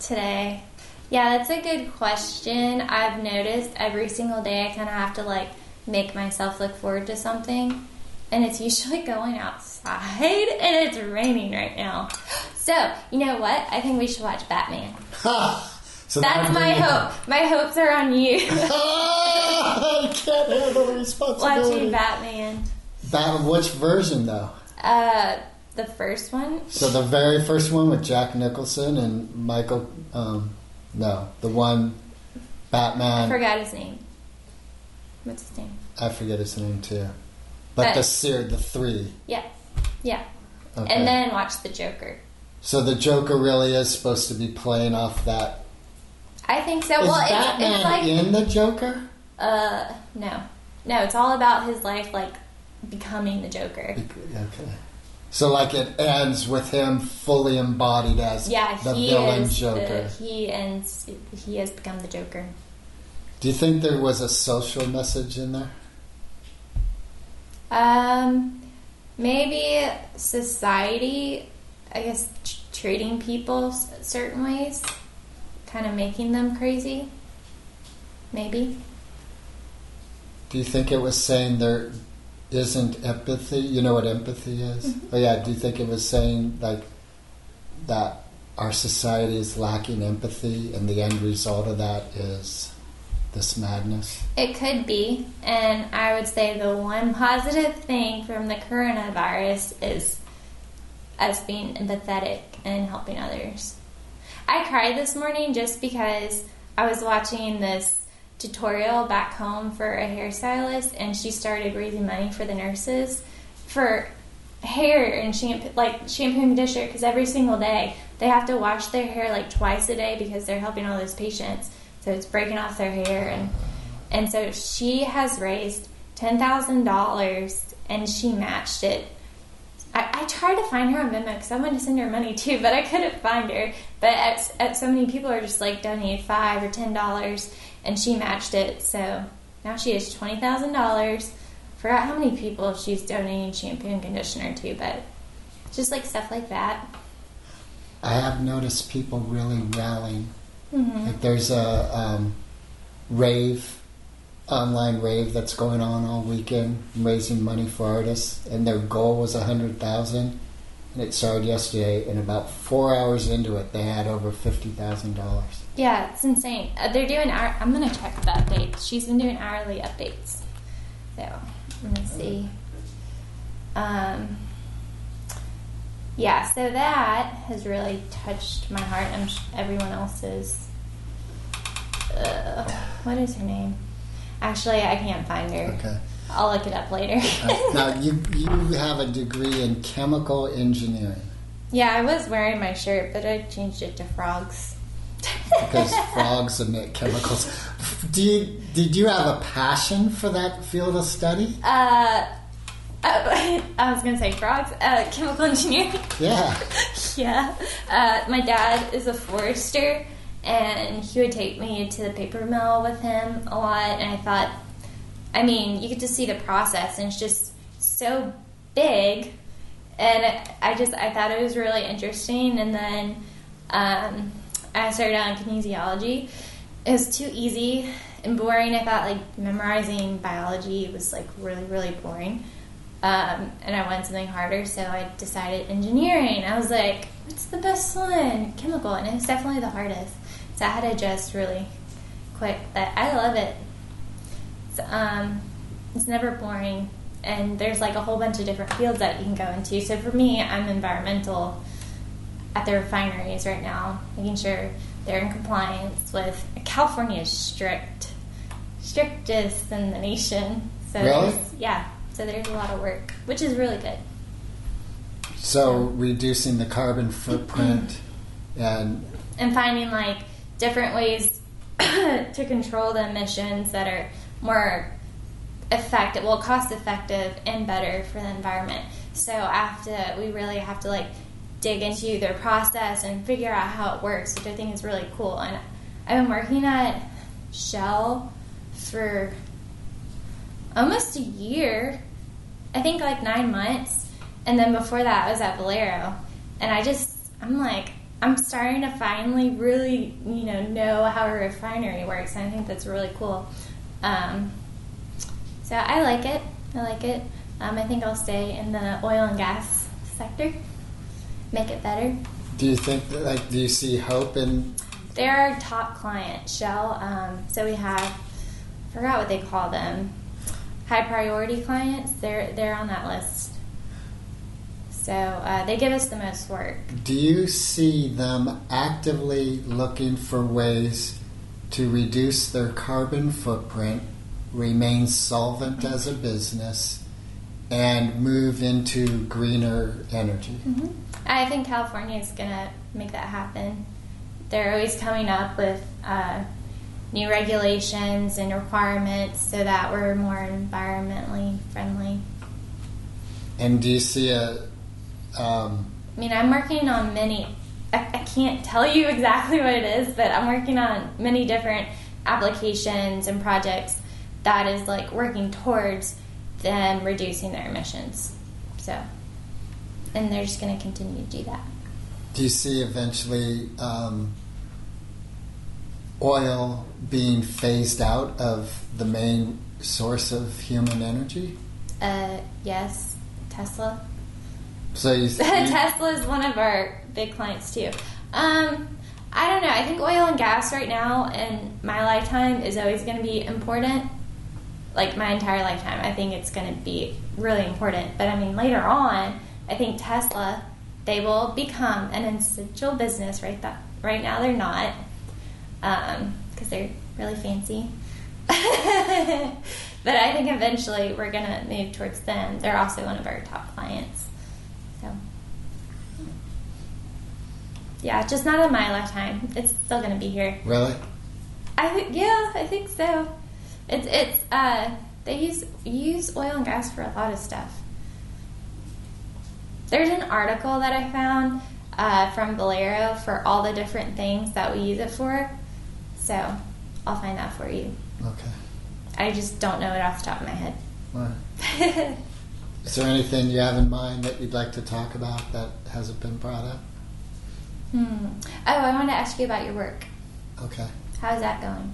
Speaker 2: today, yeah, that's a good question. I've noticed every single day I kind of have to like make myself look forward to something, and it's usually *laughs* going outside, and it's raining right now. So you know what? I think we should watch Batman.
Speaker 3: Ha! So
Speaker 2: That's
Speaker 3: that'll bring
Speaker 2: my
Speaker 3: you
Speaker 2: hope. My hopes are on you.
Speaker 3: *laughs*
Speaker 2: *laughs*
Speaker 3: Ah, I can't handle the responsibility.
Speaker 2: Watching Batman.
Speaker 3: That which version though?
Speaker 2: Uh, the first one.
Speaker 3: So the very first one with Jack Nicholson and Michael. Um, no, the one
Speaker 2: I
Speaker 3: Batman.
Speaker 2: forgot his name. What's his name?
Speaker 3: I forget his name too. But
Speaker 2: But-
Speaker 3: the seer, the three.
Speaker 2: Yeah, yeah.
Speaker 3: Okay.
Speaker 2: and then watch The Joker.
Speaker 3: so the Joker really is supposed to be playing off that.
Speaker 2: I think so.
Speaker 3: Is
Speaker 2: well, it's,
Speaker 3: Batman
Speaker 2: it's like
Speaker 3: in the Joker?
Speaker 2: uh no, no. It's all about his life, like becoming the Joker.
Speaker 3: Okay. So like it ends with him fully embodied as
Speaker 2: Yeah,
Speaker 3: the
Speaker 2: he
Speaker 3: villain
Speaker 2: is
Speaker 3: Joker.
Speaker 2: The, he and he has become the Joker.
Speaker 3: Do you think there was a social message in there?
Speaker 2: Um, maybe society. I guess tr- treating people s- certain ways, kind of making them crazy. Maybe.
Speaker 3: Do you think it was saying there isn't empathy? You know what empathy is? Oh yeah, do you think it was saying like that our society is lacking empathy and the end result of that is this madness?
Speaker 2: It could be. And I would say the one positive thing from the coronavirus is us being empathetic and helping others. I cried this morning just because I was watching this tutorial back home for a hairstylist and she started raising money for the nurses for hair and shampoo like shampoo and conditioner because every single day they have to wash their hair like twice a day because they're helping all those patients so it's breaking off their hair and and so she has raised ten thousand dollars, and she matched it. I, I tried to find her on Venmo because I wanted to send her money too, but I couldn't find her. But at, at so many people are just like donated five or ten dollars, and she matched it. So now she has twenty thousand dollars. Forgot how many people she's donating shampoo and conditioner to, but just like stuff like that.
Speaker 3: I have noticed people really rallying.
Speaker 2: Mm-hmm.
Speaker 3: Like there's a um, rave, online rave that's going on all weekend, raising money for artists, and their goal was a hundred thousand, and it started yesterday. And about four hours into it, they had over fifty thousand dollars.
Speaker 2: Yeah, it's insane. Uh, they're doing hour. I'm gonna check the updates. She's been doing hourly updates. So let me see. Um, yeah, so that has really touched my heart. I'm sh- everyone else's. Uh, what is her name? Actually, I can't find her.
Speaker 3: Okay.
Speaker 2: I'll look it up later.
Speaker 3: Uh, *laughs* now you you have a degree in chemical engineering
Speaker 2: *laughs* yeah, I was wearing my shirt, but I changed it to frogs. *laughs*
Speaker 3: because frogs emit chemicals. Do you, did you have a passion for that field of study?
Speaker 2: uh, uh, *laughs* I was gonna say frogs. Uh, chemical engineering.
Speaker 3: Yeah.
Speaker 2: *laughs* yeah. Uh, my dad is a forester, and he would take me to the paper mill with him a lot. And I thought, I mean, you get to see the process, and it's just so big. And I just I thought it was really interesting. And then um, I started out in kinesiology. It was too easy and boring. I thought like memorizing biology was like really really boring um, and I wanted something harder, so I decided engineering. I was like, what's the best one? Chemical, and it's definitely the hardest. So I had to adjust really quick, but I love it. It's, um, it's never boring, and there's like a whole bunch of different fields that you can go into. So for me, I'm environmental at the refineries right now, making sure they're in compliance with California's strict, strictest in the nation. So
Speaker 3: Really?
Speaker 2: there's- yeah, so there's a lot of work, which is really good.
Speaker 3: So reducing the carbon footprint and
Speaker 2: And finding like different ways *coughs* to control the emissions that are more effective, well, cost effective and better for the environment. So after we really have to like dig into their process and figure out how it works, which I think is really cool. And I've been working at Shell for almost a year. I think like nine months. And then before that, I was at Valero. And I just, I'm like, I'm starting to finally really, you know, know how a refinery works. And I think that's really cool. Um, so I like it. I like it. Um, I think I'll stay in the oil and gas sector, make it better.
Speaker 3: Do you think, that, like, do you see hope in?
Speaker 2: They're our top client, Shell. Um, so we have, I forgot what they call them, high priority clients. They're they're on that list. So uh, they give us the most work.
Speaker 3: Do you see them actively looking for ways to reduce their carbon footprint, remain solvent as a business, and move into greener energy.
Speaker 2: I think California is going to make that happen. They're always coming up with uh, new regulations and requirements so that we're more environmentally friendly.
Speaker 3: And do you see a um,
Speaker 2: I mean, I'm working on many, I, I can't tell you *laughs* exactly what it is, but I'm working on many different applications and projects that is like working towards them reducing their emissions. So, and they're just going to continue to do that.
Speaker 3: do you see eventually um, oil being phased out of the main source of human energy?
Speaker 2: Uh, yes, Tesla. *laughs*
Speaker 3: So you,
Speaker 2: Tesla is one of our big clients too. Um, I don't know. I think oil and gas right now in my lifetime is always going to be important. Like my entire lifetime, I think it's going to be really important. But I mean, later on, I think Tesla, they will become an essential business. Right, that right now they're not, because they're really fancy. *laughs* but I think eventually we're going to move towards them. They're also one of our top clients. So, yeah, just not in my lifetime. It's still gonna be here.
Speaker 3: really?
Speaker 2: I think, yeah, I think so. It's it's uh, they use use oil and gas for a lot of stuff. There's an article that I found uh, from Valero for all the different things that we use it for. So, I'll find that for you.
Speaker 3: Okay.
Speaker 2: I just don't know it off the top of my
Speaker 3: All right.
Speaker 2: head. *laughs*
Speaker 3: Is there anything you have in mind that you'd like to talk about that hasn't been brought up?
Speaker 2: hmm. Oh, I wanted to ask you about your work.
Speaker 3: Okay.
Speaker 2: How's that going?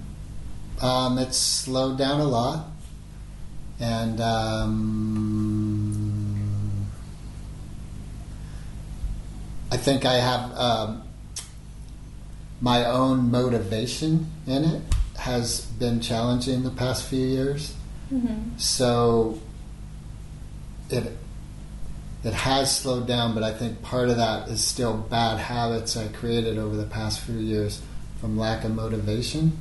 Speaker 3: Um, it's slowed down a lot, and um, I think I have um, my own motivation in it has been challenging the past few years.
Speaker 2: Mm-hmm.
Speaker 3: So it it has slowed down, but I think part of that is still bad habits I created over the past few years from lack of motivation.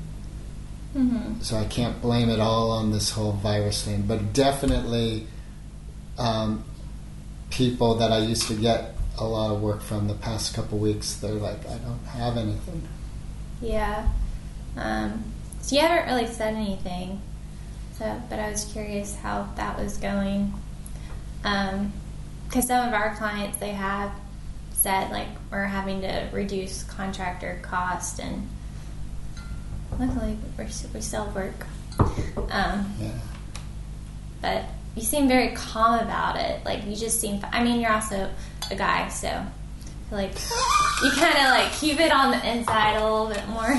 Speaker 2: Mm-hmm.
Speaker 3: So I can't blame it all on this whole virus thing, but definitely um, people that I used to get a lot of work from the past couple weeks, they're like, I don't have anything.
Speaker 2: Yeah. Um, so you haven't really said anything. So, but I was curious how that was going. Um, because some of our clients they have said like we're having to reduce contractor cost, and luckily we're, s- we still work. Um,
Speaker 3: Yeah.
Speaker 2: but you seem very calm about it. Like you just seem. I mean, you're also a guy, so I feel like you kind of like keep it on the inside a little bit more.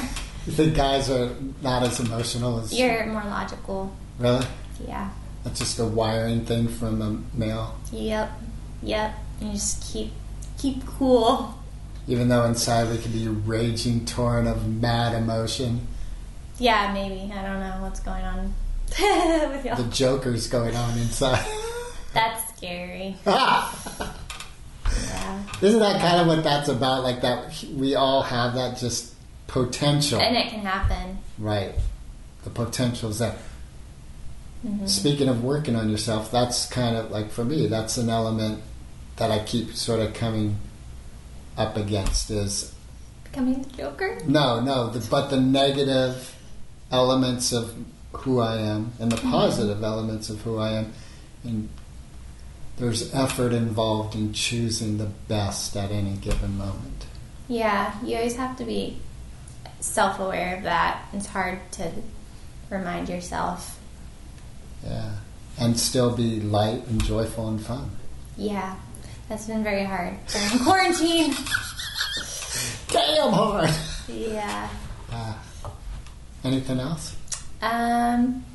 Speaker 3: You think guys are not as emotional as
Speaker 2: You're more logical.
Speaker 3: really?
Speaker 2: Yeah.
Speaker 3: That's just a wiring thing from a male,
Speaker 2: Yep. Yep. You just keep keep cool.
Speaker 3: even though inside we can be a raging torrent of mad emotion.
Speaker 2: Yeah, maybe. I don't know what's going on *laughs* with *laughs*
Speaker 3: The
Speaker 2: y'all.
Speaker 3: joker's going on inside. *laughs*
Speaker 2: That's scary. Yeah.
Speaker 3: Isn't that kind of what that's about? Like that, we all have that just potential,
Speaker 2: And it can happen.
Speaker 3: right? The potential is that.
Speaker 2: Mm-hmm. Mhm.
Speaker 3: Speaking of working on yourself, that's kind of like for me, that's an element that I keep sort of coming up against. Is
Speaker 2: Becoming the Joker?
Speaker 3: no, no, the, but the negative elements of who I am and the positive elements of who I am, and there's effort involved in choosing the best at any given moment.
Speaker 2: Yeah. You always have to be self aware of that. It's hard to remind yourself.
Speaker 3: Yeah. And still be light and joyful and fun.
Speaker 2: Yeah. That's been very hard during *laughs* quarantine.
Speaker 3: Damn hard! *laughs*
Speaker 2: Yeah.
Speaker 3: Uh, anything else?
Speaker 2: Um,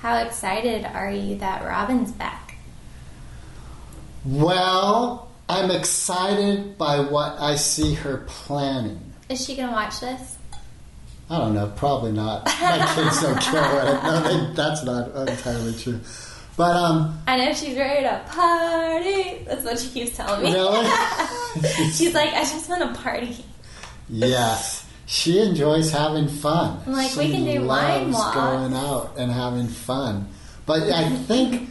Speaker 2: how excited are you that Robin's back?
Speaker 3: Well, I'm excited by what I see her planning.
Speaker 2: Is she gonna watch this?
Speaker 3: I don't know,
Speaker 2: *laughs*
Speaker 3: probably not. My kids don't care *laughs* what I no, they, That's not entirely true. But, um,
Speaker 2: I know she's ready to party. That's what she keeps telling me.
Speaker 3: really?
Speaker 2: *laughs* she's like, I just want to party.
Speaker 3: Yes. She enjoys having fun.
Speaker 2: I'm like,
Speaker 3: she
Speaker 2: we can do wine
Speaker 3: loves
Speaker 2: walks.
Speaker 3: going out and having fun. But I think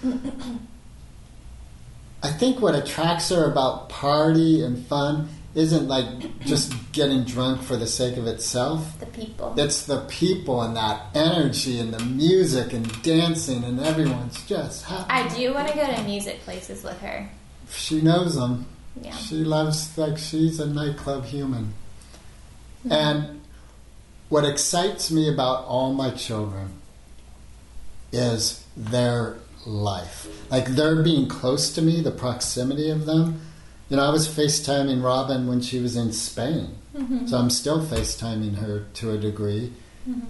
Speaker 3: I think what attracts her about party and fun isn't like just getting drunk for the sake of itself.
Speaker 2: The people.
Speaker 3: It's the people and that energy and the music and dancing and everyone's just happy.
Speaker 2: I do want to go to music places with her.
Speaker 3: She knows them.
Speaker 2: Yeah.
Speaker 3: She loves like she's a nightclub human. And what excites me about all my children is their life. Like their being close to me, the proximity of them. You know, I was FaceTiming Robin when she was in Spain. So I'm still FaceTiming her to a degree. And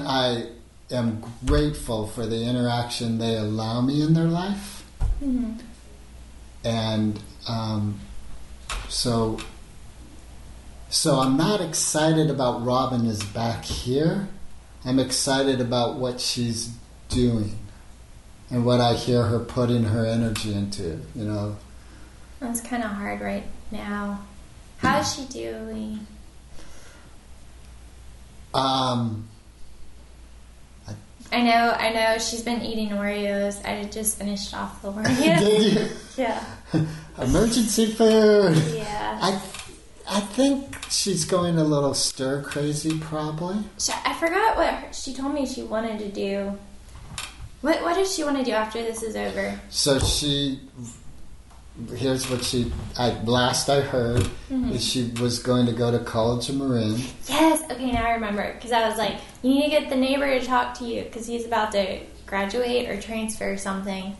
Speaker 3: I am grateful for the interaction they allow me in their life. And um, so, so I'm not excited about Robin is back here. I'm excited about what she's doing and what I hear her putting her energy into. You know,
Speaker 2: That's kind of hard right now. How's she doing?
Speaker 3: um,
Speaker 2: I know, I know. She's been eating Oreos. I just finished off the
Speaker 3: *laughs*
Speaker 2: Oreos.
Speaker 3: did you
Speaker 2: yeah.
Speaker 3: emergency food?
Speaker 2: Yeah.
Speaker 3: I, I think she's going a little stir crazy, probably.
Speaker 2: She, I forgot what her, she told me she wanted to do. What What does she want to do after this is over?
Speaker 3: So she, here's what she, I, last I heard,
Speaker 2: Mm-hmm.
Speaker 3: is she was going to go to College of Marin.
Speaker 2: Yes. Okay, now I remember because I was like, you need to get the neighbor to talk to you because he's about to graduate or transfer or something.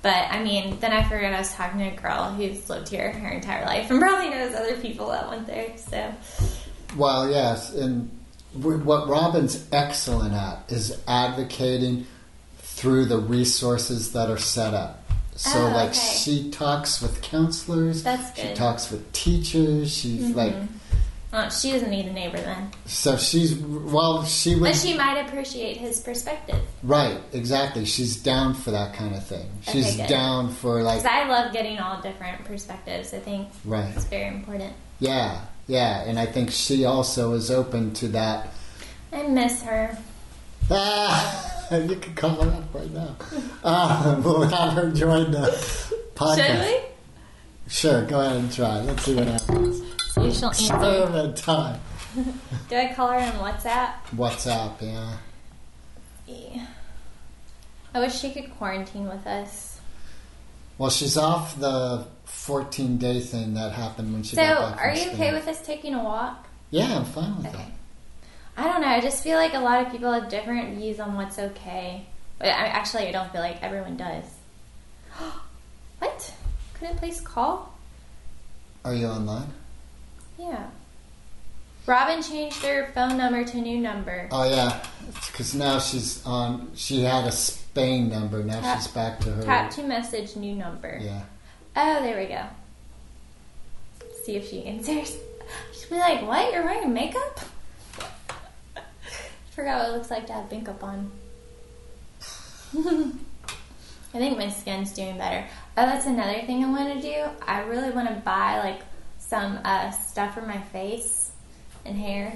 Speaker 2: But I mean, then I forgot I was talking to a girl who's lived here her entire life and probably knows other people that went there. So
Speaker 3: Well, yes, and w- what Robin's excellent at is advocating through the resources that are set up. So,
Speaker 2: Oh,
Speaker 3: like,
Speaker 2: okay.
Speaker 3: she talks with counselors.
Speaker 2: That's
Speaker 3: She
Speaker 2: good. Mm-hmm.
Speaker 3: talks with teachers. She's like,
Speaker 2: well, she doesn't need a neighbor then,
Speaker 3: so she's well, she
Speaker 2: but
Speaker 3: was
Speaker 2: she might appreciate his perspective
Speaker 3: right, exactly. She's down for that kind of thing. She's
Speaker 2: good.
Speaker 3: down for like,
Speaker 2: because I love getting all different perspectives. I think
Speaker 3: right,
Speaker 2: it's very important.
Speaker 3: yeah, yeah, and I think she also is open to that.
Speaker 2: I miss her.
Speaker 3: Ah, *laughs* you can call her up right now. *laughs* Uh, we'll have her join the podcast.
Speaker 2: Should we?
Speaker 3: Sure, go ahead and try. Let's see what happens.
Speaker 2: You shall answer.
Speaker 3: Experiment time.
Speaker 2: Do I call her on WhatsApp?
Speaker 3: What's up, yeah?
Speaker 2: Yeah. E. I wish she could quarantine with us.
Speaker 3: Well, she's off the 14 day thing that happened when she
Speaker 2: So,
Speaker 3: got back.
Speaker 2: are
Speaker 3: from
Speaker 2: you
Speaker 3: Spain.
Speaker 2: okay with us taking a walk?
Speaker 3: Yeah, I'm fine with
Speaker 2: Okay. I don't know. I just feel like a lot of people have different views on what's okay. But I, actually, I don't feel like everyone does. *gasps* what? Couldn't place call?
Speaker 3: that. Are you online?
Speaker 2: Yeah. Robin changed their phone number to a new number.
Speaker 3: Oh, yeah. Because now she's on. She had a Spain number. Now
Speaker 2: Tap-
Speaker 3: she's back to her.
Speaker 2: Tap to message new number.
Speaker 3: Yeah.
Speaker 2: Oh, there we go. See if she answers. *laughs* She'll be like, "What? You're wearing makeup?" *laughs* Forgot what it looks like to have makeup on. *laughs* I think my skin's doing better. Oh, that's another thing I want to do. I really want to buy like some uh, stuff for my face and hair.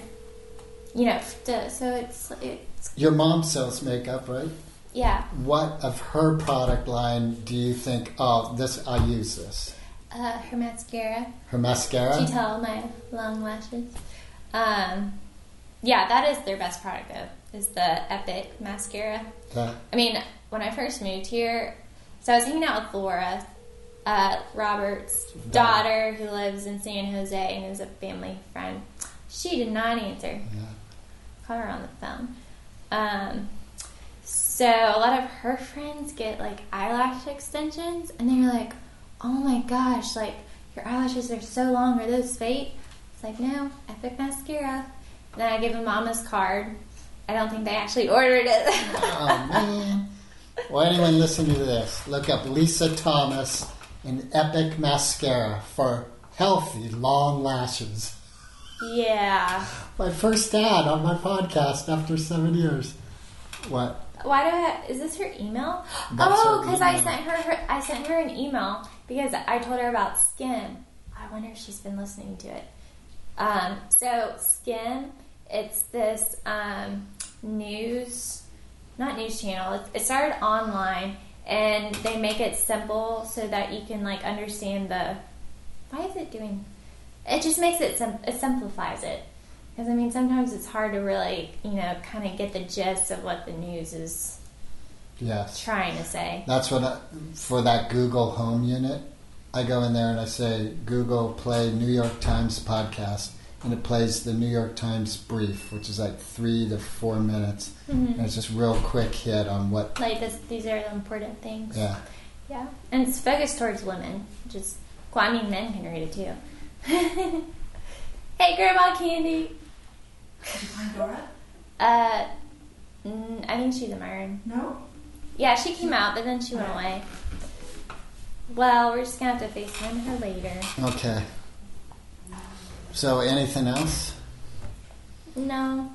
Speaker 2: You know, to, so it's it's
Speaker 3: Your mom sells makeup, right?
Speaker 2: yeah.
Speaker 3: What of her product line do you think? Oh, this I use this.
Speaker 2: Uh, her mascara.
Speaker 3: Her mascara.
Speaker 2: Can you tell my long lashes? Um, yeah, that is their best product though. Is the Epic mascara.
Speaker 3: Yeah.
Speaker 2: I mean, when I first moved here, so I was hanging out with Laura, uh, Robert's daughter, who lives in San Jose and is a family friend. She did not answer. Call her on the phone. Um, so a lot of her friends get like eyelash extensions, and they're like, "Oh my gosh, like your eyelashes are so long. Are those fake?" It's like, "No, Epic mascara." Then I give them Mama's card. I don't think they actually ordered it. *laughs*
Speaker 3: Oh man. Well, anyone listening to this, look up Lisa Thomas and Epic Mascara for healthy long lashes.
Speaker 2: Yeah.
Speaker 3: My first ad on my podcast after seven years. What?
Speaker 2: Why do I? Is this her email?
Speaker 3: *gasps* That's
Speaker 2: Oh,
Speaker 3: her
Speaker 2: because I
Speaker 3: email.
Speaker 2: sent her, her. I sent her an email because I told her about Skin. I wonder if she's been listening to it. Um, so Skin, it's this um, news, not news channel. It, it started online, and they make it simple so that you can like understand the why is it doing it just makes it sim- it simplifies it because i mean sometimes it's hard to really you know kind of get the gist of what the news is
Speaker 3: Yes.
Speaker 2: trying to say
Speaker 3: That's what I, for that Google Home unit. I go in there and I say Google play New York Times podcast, and it plays the New York Times brief, which is like three to four minutes, and it's just real quick hit on what.
Speaker 2: like this, these are the important things
Speaker 3: Yeah,
Speaker 2: Yeah. and it's focused towards women which is well i mean men can read it too *laughs* hey grandma candy
Speaker 4: Did you find Dora?
Speaker 2: uh mm, i think she's in my room
Speaker 4: No?
Speaker 2: Yeah, she came out, but then she went away. Well, we're just gonna have to FaceTime her later.
Speaker 3: okay. So anything else?
Speaker 2: No,